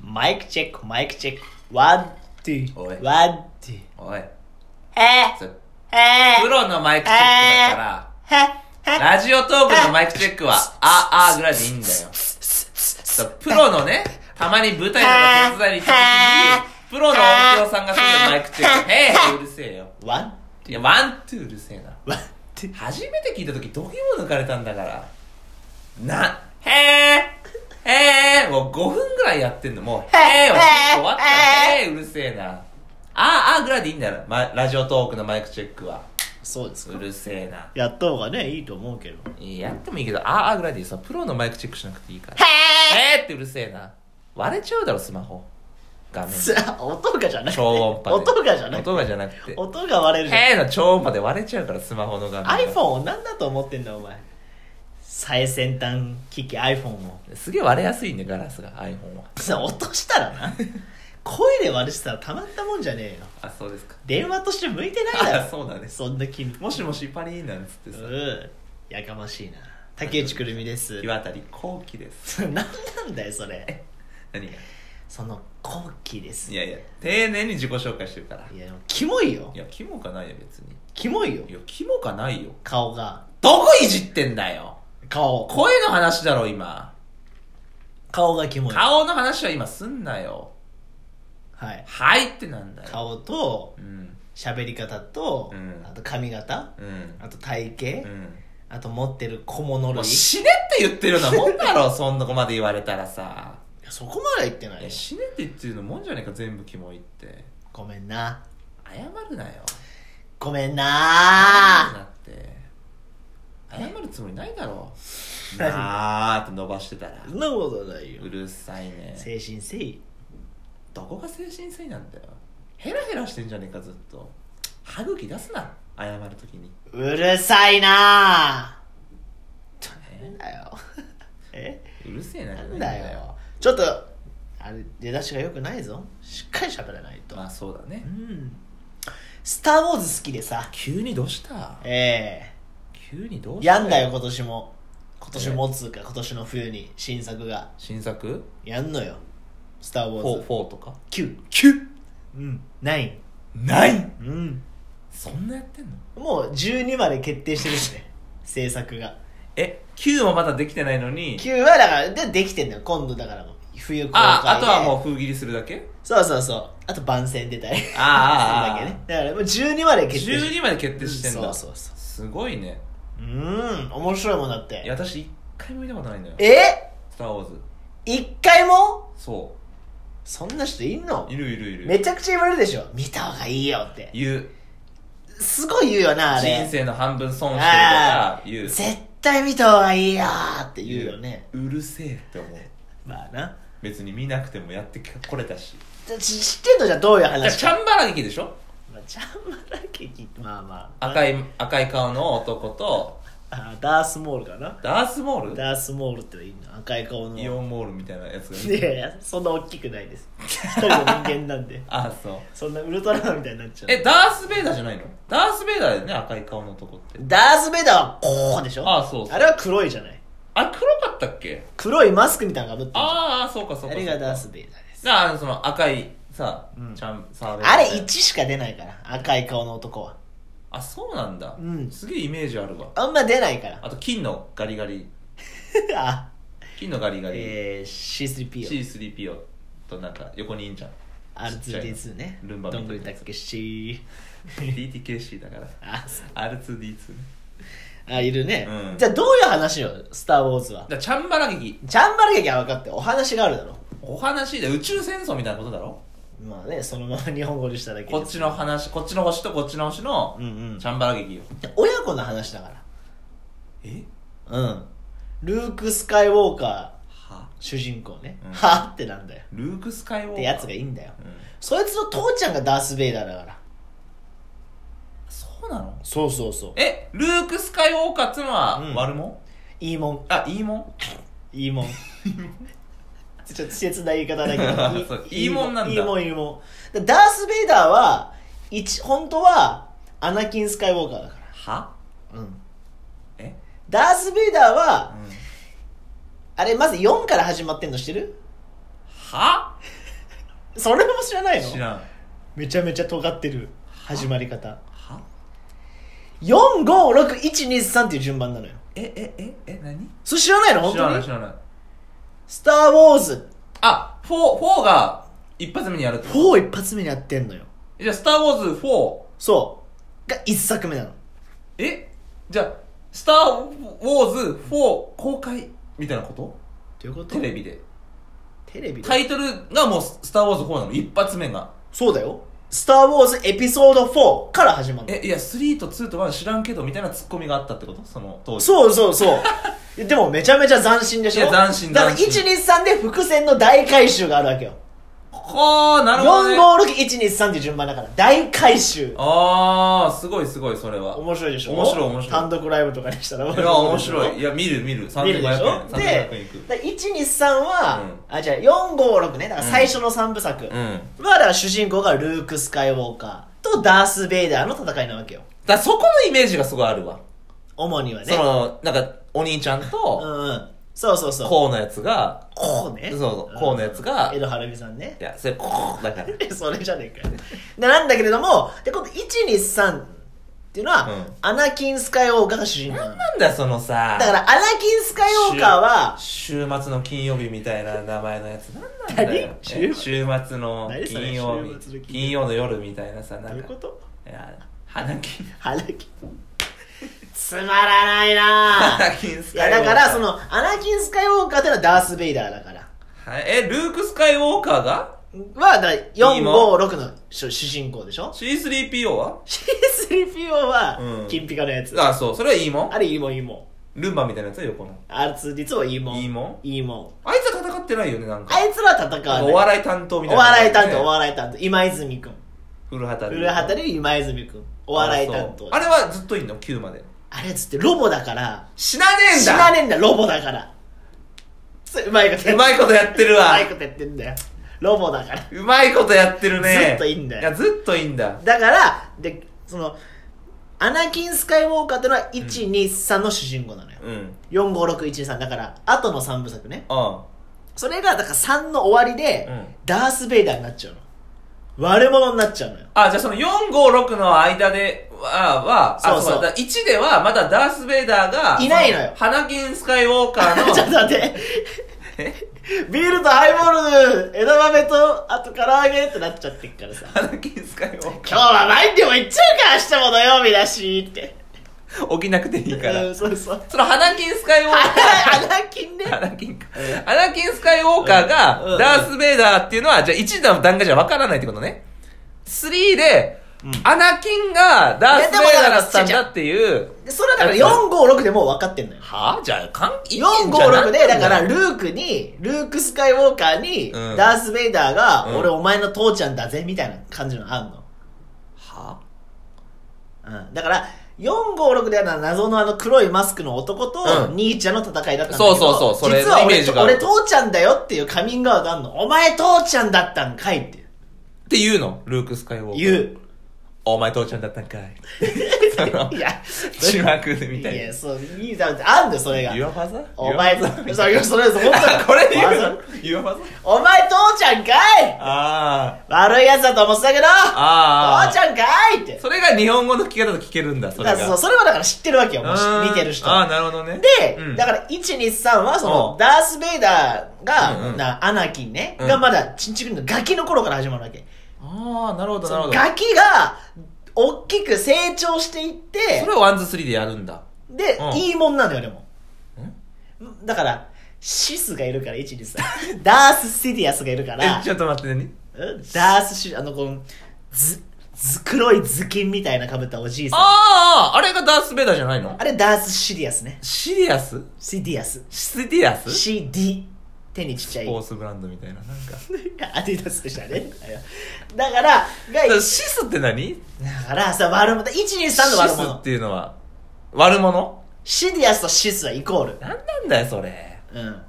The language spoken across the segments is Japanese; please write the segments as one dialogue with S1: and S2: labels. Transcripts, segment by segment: S1: マイクチェック、マイクチェック。ワン、ツ
S2: おい
S1: ー、ワン、ツー。
S2: おい
S1: え
S2: そ
S1: ー、
S2: れ
S1: え
S2: プ
S1: ー、
S2: ロのマイクチェックだか
S1: へへ
S2: らラジオトークのマイクチェックはああぐらいでいいんだよそうプロのねたまに舞台とか手伝いに行った時にプロの音響さんがするマイクチェックへえうるせえよ
S1: ワン、
S2: いやワンツーうるせえな
S1: ワン、ツー。
S2: 初めて聞いた時度肝抜かれたんだからなへえへえもう5分ぐらいやってんのもうへえは終わったへえうるせえなあーあーぐらいでいいんだよ、ま、ラジオトークのマイクチェックは
S1: そうです
S2: う
S1: か。
S2: るせえな
S1: やった方がね、いいと思うけど。
S2: いややってもいいけどあーあーぐらいでいいさプロのマイクチェックしなくていいから
S1: へ
S2: へえってうるせえな割れちゃうだろスマホ画面
S1: ー 音がじゃない。
S2: 超音波で
S1: 音がじゃない。
S2: 音がじゃなくて
S1: 音が割れるじゃん。
S2: へえの超音波で割れちゃうからスマホの画面が
S1: iPhone を何だと思ってんだお前最先端機器 iPhone を
S2: すげえ割れやすいんでガラスが iPhone は
S1: さ落としたらな声で割れてたらたまったもんじゃねえよ
S2: あそうですか
S1: 電話として向いてないだろ
S2: あそう だね
S1: そんな君
S2: もしもしパリーなんつって
S1: う
S2: さ
S1: んやかましいな竹内くるみです
S2: 日渡り後期です
S1: 何なんだよそれ
S2: 何が
S1: その後期です
S2: いやいや丁寧に自己紹介してるから
S1: いやでもキモいよ
S2: いやキモかないよ別に
S1: キモいよ
S2: いやキモかないよ
S1: 顔が
S2: どこいじってんだよ
S1: 顔
S2: 声の話だろ今
S1: 顔がキモい
S2: 顔の話は今すんなよ
S1: はい
S2: はいってなんだよ
S1: 顔と
S2: うん
S1: 喋り方と、
S2: うん
S1: あと髪型
S2: うん
S1: あと体型、
S2: うん
S1: あと持ってる小物
S2: もう
S1: 類い
S2: 死ねって言ってるようなもんだ ろそんなこまで言われたらさ
S1: やそこまでは言ってない
S2: い
S1: よ
S2: や死ねって言ってるのもんじゃねえか全部キモいって
S1: ごめんな
S2: 謝るなよ
S1: ごめん
S2: だ
S1: な
S2: って謝るつもりないだろなあって伸ばしてたら
S1: そんなことないよ
S2: うるさいね
S1: 精神誠意
S2: どこが精神性なんだよヘラヘラしてんじゃねえかずっと歯茎出すな謝るときに
S1: うるさいななんだ よえ
S2: うるせえなじ
S1: な
S2: ゃ
S1: ん
S2: ない
S1: だよちょっとあれ出だしが良くないぞしっかり喋らないと、
S2: まあそうだね
S1: うんスター・ウォーズ好きでさ
S2: 急にどうした
S1: え
S2: 急にど
S1: え
S2: うした
S1: やんだよ今年も今年もっつうか今年の冬に新作が
S2: 新作
S1: やんのよスター・ウォーズ
S2: 4, 4とか
S1: 9
S2: 9
S1: うん9
S2: ない
S1: うん
S2: そんなやってんの
S1: もう12まで決定してるしね制作が
S2: え9もまだできてないのに
S1: 9はだからでできてんのよ今度だからもう冬公開で
S2: ああとはもう封切りするだけ
S1: そうそうそうあと番宣出たり
S2: あーあーあー
S1: するだけねだからもう12まで決定
S2: 12まで決定してんだ、
S1: そうそうそう
S2: すごいね
S1: うん面白いもんだって
S2: いや私一回も見たことないのよ
S1: え
S2: スター・ウォーズ
S1: 一回も
S2: そ
S1: そんな人いんの
S2: ういるいるいる
S1: めちゃくちゃ言われるでしょ見た方がいいよって
S2: 言う
S1: すごい言うよなあれ
S2: 人生の半分損してるから
S1: あー
S2: 言う
S1: 絶対見た方がいいよーって言うよね
S2: うるせえって思う
S1: まあな
S2: 別に見なくてもやってこれたし
S1: じゃ知知ってんのじゃあどういう
S2: だから
S1: 話
S2: チャンバラ劇でしょ
S1: まあ、ジャンマラケキまあまあ
S2: 赤い赤い顔の男と
S1: あダースモールかな
S2: ダースモール
S1: ダースモールっていいの赤い顔の
S2: イオンモールみたいなやつ
S1: い
S2: がい
S1: や
S2: る
S1: いやそんな大きくないです一人の人間なんで
S2: あそう
S1: そんなウルトラマンみたいになっちゃう
S2: えダース・ベイダーじゃないのダース・ベイダーだよね赤い顔の男って
S1: ダース・ベイダーはこうでしょ
S2: あそうそう
S1: あれは黒いじゃない
S2: あれ黒かったっけ
S1: 黒いマスクみたいなのかぶってるじゃん
S2: ああそうかそうかそう
S1: あ
S2: か
S1: れがダース・ベイダーです
S2: じゃああのその赤いさ、
S1: うん
S2: チャンサーベル
S1: あれ1しか出ないから赤い顔の男は
S2: あそうなんだ、
S1: うん
S2: すげえイメージあるわ
S1: あんま出ないから
S2: あと金のガリガリ
S1: あ
S2: 金のガリガリ、
S1: えー、C3PO
S2: C3PO となんか横にい んじゃん
S1: R2D2 ね
S2: ルンバ
S1: ど
S2: みたい
S1: ん
S2: な
S1: ぐりたけし
S2: DTKC だか
S1: あ
S2: ら R2D2
S1: あ、いるね。
S2: うん
S1: じゃあどういう話よ、スター・ウォーズは。
S2: だチャンバラ劇
S1: ジャンバル劇は分かって、お話があるだろ。
S2: お話で宇宙戦争みたいなことだろ
S1: まあね、そのまま日本語にしただけで
S2: こっちの話こっちの星とこっちの星の
S1: うんうん
S2: チ。ャンバラ劇よ、
S1: 親子の話だか
S2: え
S1: ら。うん。ルーク・スカイウォーカー、
S2: は
S1: 主人公ね。
S2: うん
S1: はぁってなんだよ。
S2: ルーク・スカイウォ
S1: っ
S2: ーカ
S1: て
S2: ー
S1: やつがいいんだよ。
S2: うん、
S1: そいつの父ちゃんがダース・ベイダーだから。
S2: そうなの
S1: そうそうそう。
S2: えルーク・スカイウォーカーっつうのは
S1: うん
S2: 悪者、
S1: いいもん。
S2: あいいもん
S1: いいもん。 ちょっと稚拙な言い方だけど
S2: そういいもんなんだ
S1: いいもんいいもん。だダース・ベイダーは、一、本当は、アナキン・スカイウォーカーだか
S2: は
S1: ら。うん。
S2: え、
S1: ダース・ベイダー
S2: う
S1: は、
S2: ん
S1: あれ、まず4から始まってんの知ってる
S2: は
S1: それも知らないの
S2: 知らん
S1: めちゃめちゃ尖ってる始まり方
S2: は
S1: 456123っていう順番なのよ
S2: ええええ何
S1: それ知らないの本
S2: 知ら
S1: 当
S2: ない
S1: に
S2: 知らない
S1: スター・ウォーズ
S2: あフォーフォーが一発目にやるってこと
S1: 4一発目にやってんのよ
S2: じゃあ「スター・ウォーズ4
S1: そうが1作目なの」
S2: えじゃあ「スター・ウォーズ4」公開みたいなこと
S1: ということ
S2: テレビで
S1: テレビで
S2: タイトルがもう「スター・ウォーズ4」なの一発目が
S1: そうだよ「スター・ウォーズエピソード4」から始まるの
S2: えいや3と2と1知らんけどみたいなツッコミがあったってことその当時
S1: そうそうそうい やでもめちゃめちゃ斬新でしょ
S2: いや斬新
S1: だから
S2: 斬新
S1: 123で伏線の大回収があるわけよ
S2: はあなるほど、ね、
S1: 456123って順番だから大回収
S2: ああすごいすごいそれは
S1: 面白いでしょ
S2: 面白い面白い
S1: 単独ライブとかにしたら
S2: いや面白いいや見る見
S1: 見る
S2: る
S1: でし
S2: 3500
S1: ょ
S2: 円
S1: で
S2: 3500円いく
S1: だから123は、あじゃあ456ねだから最初の3部作、
S2: うん
S1: まあだから主人公がルーク・スカイウォーカーとダース・ベイダーの戦いなわけよ
S2: だからそこのイメージがすごいあるわ、
S1: 主にはね
S2: そのなんかお兄ちゃん
S1: う
S2: と
S1: んうんそうそうそう
S2: こうのやつが
S1: こうね
S2: そうそうこうのやつが
S1: 江戸晴美さんね
S2: いやそれこうだから
S1: それじゃねえかよでなんだけれどもで今度123っていうのは、
S2: うん
S1: アナキン・スカイウォーカーが主人公なの
S2: なんだよそのさ
S1: だからアナキン・スカイウォーカーは
S2: 週末の金曜日みたいな名前のやつなんなんだよ
S1: 何
S2: え
S1: 週
S2: 週末の
S1: 何それ
S2: 金曜日
S1: 週末の金曜日
S2: 金曜の夜みたいなさ
S1: ど
S2: な
S1: うんいう
S2: か
S1: こと
S2: いや花金
S1: アナキンつまらないな ぁ
S2: 花金ス
S1: い
S2: カ
S1: や
S2: イウォーカー
S1: だからそのアナキン・スカイウォーカーってのはダース・ベイダーだから
S2: はいえルーク・スカイウォーカーが
S1: はだから456の主主人公でしょ
S2: C3PO は
S1: C3PO は
S2: うん
S1: 金ピカのやつ、
S2: あそうそれはいいもん
S1: あれいいもんいいも
S2: ルンバみたいなやつは横の
S1: ん R2D2 はいいもん
S2: いいも
S1: いいもん
S2: んあいつは戦ってないよねなんか
S1: あいつらは戦わない
S2: お笑い担当みた
S1: お
S2: いな、
S1: 笑い担当、お笑い担当。今泉くん。
S2: 古畑
S1: 古畑で今泉くん。お笑い担当。
S2: あれはずっといんの9まで
S1: あれっつってロボだから、
S2: 死なねえん
S1: 死
S2: だ
S1: なねえんだ、ロボだから。それうまいことや
S2: うまいことやってるわ
S1: うまいことやってんだよ。ロボだから。
S2: うまいことやってるね
S1: ずっといいんだよ
S2: いやずっといいんだ
S1: だから、で、その、アナキン・スカイウォーカーってのは1、2、3の主人公なのよ。
S2: うんうん
S1: 4、5、6、1、2、3。だから、後の3部作ね。それが、だから3の終わりで、
S2: うん
S1: ダース・ベイダーになっちゃうの。悪者になっちゃうのよ。
S2: あ、じゃあその456の間では、は、
S1: そうそう
S2: あだ1ではまだダース・ベイダーが、
S1: いないのよ
S2: 花金スカイウォーカーの、
S1: ちょっと待って。ビールとハイボール、枝豆と、あと唐揚げってなっちゃってっからさ。
S2: 花金スカイウォーカ
S1: 今日は何でも行っちゃうから、明日も土曜日だし、って。
S2: ー。起きなくていいから
S1: う。ん、そうそう。
S2: その花金スカイウォ ー
S1: あら、穴金ね。
S2: カー、花金か
S1: う。
S2: アナキン・スカイウォーカー
S1: うんうん
S2: が、ダース・ベイダーっていうのは、じゃあ1の段階じゃわからないってことね。3で、アナキンがダース・ベイダーだったんだっていう。
S1: でそれはだから4、5、6でもう分かってんのよ。
S2: はぁじゃあ、関係
S1: 4、5、6で、だから、ルークに、ルーク・スカイウォーカーに、
S2: うん
S1: ダース・ベイダーが、
S2: うん
S1: 俺お前の父ちゃんだぜ、みたいな感じのあんの。
S2: は
S1: うん。だから、456であの謎のあの黒いマスクの男と、
S2: うん
S1: 兄ちゃんの戦いだったんだけど、
S2: そうそうそうそれ
S1: 実は
S2: イ
S1: 俺
S2: メージ
S1: と
S2: がある
S1: 俺父ちゃんだよっていうカミングアウトあんの。お前父ちゃんだったんかいっていう
S2: っていうのルーク・スカイウォーカー。
S1: 言う。
S2: お前父ちゃんだったんか い。その
S1: い、 や、
S2: 字幕でみた
S1: い
S2: い
S1: や、そう、いいだろあんだよ、それが。
S2: な。Your father?
S1: お前、そう、
S2: Your father？
S1: それ、それ、本当に
S2: あ これ言う
S1: わ
S2: の ?Your father?
S1: ざお前父ちゃんかい
S2: あ
S1: 悪い奴だと思ってたけど、
S2: あ。ああ。
S1: 父ちゃんかいって。
S2: それが日本語の聞き方と聞けるんだ、そ
S1: だ
S2: れ
S1: か
S2: が。
S1: らそうそれはだから知ってるわけよ、もし
S2: うん
S1: 見てる人は
S2: ああ、なるほどね。
S1: で、
S2: うん
S1: だから、1、2、3は、その
S2: う、ん
S1: ダース・ベイダーが、
S2: うんうん
S1: なアナキンね、
S2: うん
S1: がまだ、ちんちくりのガキの頃から始まるわけ。
S2: ああ、なるほど、なるほど。
S1: ガキが、大きく成長していって
S2: それ、をワン、ツー、スリーでやるんだ。
S1: で、
S2: うん
S1: いいもんなんだよ、でも。だから、シスがいるから、1、2、3。ダ ース・シディアスがいるから
S2: え、、ちょっと待ってね。
S1: うんダースシ、あの、この、ず、ず、黒い頭巾みたいな被ったおじいさん。あ
S2: ああ、あれがダース・ベイダーじゃないの
S1: れ、ダース・シディアスね。
S2: シリアス
S1: シディアス。
S2: シリアス
S1: CD。手にちっちゃい。
S2: ポースブランドみたいな、なんか。
S1: アディダスでしたね。だから、が
S2: だから
S1: だ
S2: シスって何
S1: からさ、悪者、1、2、3の悪
S2: シスっ
S1: 者。
S2: ていうのは、悪者
S1: シディアスとシスはイコール。
S2: なんなんだよ、それ。
S1: うん。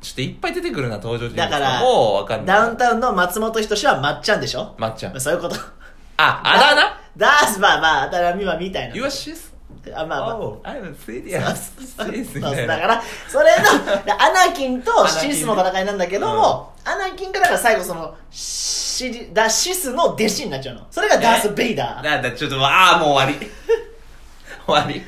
S2: ちょっといっぱい出てくるな、登場人物
S1: だから
S2: もうわかんない。
S1: ダウンタウンの松本人志はまっちゃんでしょ
S2: まっちゃん。
S1: そういうこと。
S2: あ、あだ名
S1: ダース、まあまあ、あだ名みはみたいな。
S2: ?You are sis?
S1: ってあまあまあ
S2: Oh, I'm serious.
S1: そう
S2: serious
S1: だ
S2: みたいな
S1: からそれのでアナキンとシスの戦いなんだけども、アナキンがだから最後そのシリだシスの弟子になっちゃうのそれがダース・ベイダーで
S2: なんだ、ちょっと、ああ、もう終わり。 終わり。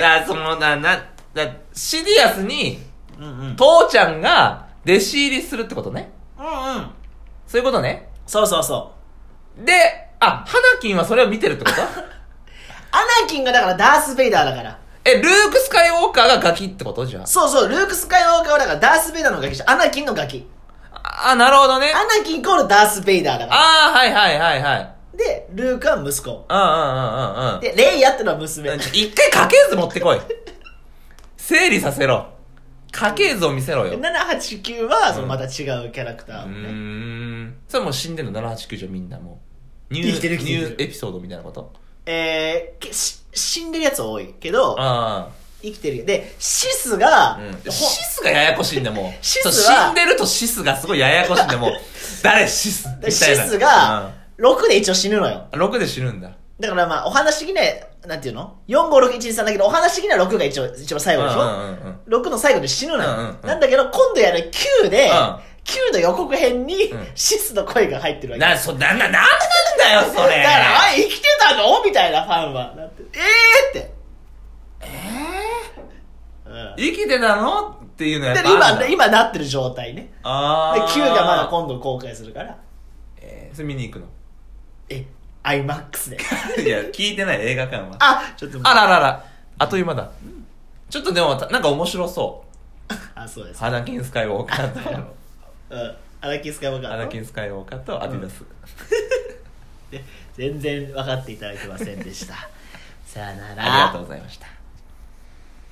S2: だその、な、な、だシリアスに、
S1: うんうんうん
S2: 父ちゃんが弟子入りするってことね。
S1: うん
S2: そういうことね。
S1: そうそうそう
S2: で、あ、ハナキンはそれを見てるってこと
S1: アナキンがだからダース・ベイダーだから
S2: え、ルーク・スカイウォーカーがガキってことじゃ
S1: そうそうルーク・スカイウォーカーはだからダース・ベイダーのガキじゃんアナキンのガキ
S2: あ。あ、なるほどね。
S1: アナキンイコールダース・ベイダーだから
S2: ああ、はいはいはいはい。
S1: でルークは息子
S2: うんうんうんうんうん。
S1: でレイヤってのは娘
S2: うん一回家系図持ってこい。整理させろ。家系図を見せろよ。
S1: 789はそのまた違うキャラクターを
S2: う
S1: ね、
S2: ーん。それもう死んでんの、789条みんなもう。ニュー
S1: 生きてる生きてる
S2: ニューエピソードみたいなこと
S1: えーけし死んでるやつは多いけど
S2: あ
S1: 生きてるでシスが、
S2: あ。うん。
S1: ほ
S2: シスがややこしいんだ もう。
S1: シス
S2: そう
S1: は
S2: 死んでるとシスがすごいややこしいん だもう。誰シスみたいな。
S1: でシスが6で一応死ぬのよ
S2: うん、6で死ぬんだ。
S1: だからまあお話的にはなんていうの456123だけどお話的には6が一応一番最後でしょ、
S2: うんうんうんうん
S1: 6の最後で死ぬのよ、
S2: うんうんうん
S1: なんだけど今度やる9で、
S2: うん
S1: 9の予告編に、
S2: うん
S1: シスの声が入ってるわけ
S2: な、そ、な、な、なんなんだよ、それ。
S1: だから、あ生きてたのみたいなファンは。だってえーって。えーうん
S2: 生きてたのっていうのやっ
S1: で
S2: ぱあるんだ。
S1: 今、今なってる状態ね。で、
S2: ああ。
S1: 9がまだ今度公開するから、
S2: えー、それ見に行くの。
S1: え、IMAX で。
S2: いや、聞いてない映画館は。
S1: あ、ちょっと待
S2: あ
S1: って
S2: ららら。あっという間だ。ちょっとでも、たなんか面白そ
S1: あ、そうで
S2: う。
S1: す。
S2: ハナキンスカイウォーカ ー
S1: うん。アナキンスカイウォーカー
S2: と、ハ
S1: の
S2: ナキンスカイウォーカーとアディダス。
S1: で全然分かっていただけませんでした。さよなら。
S2: ありがとうございました。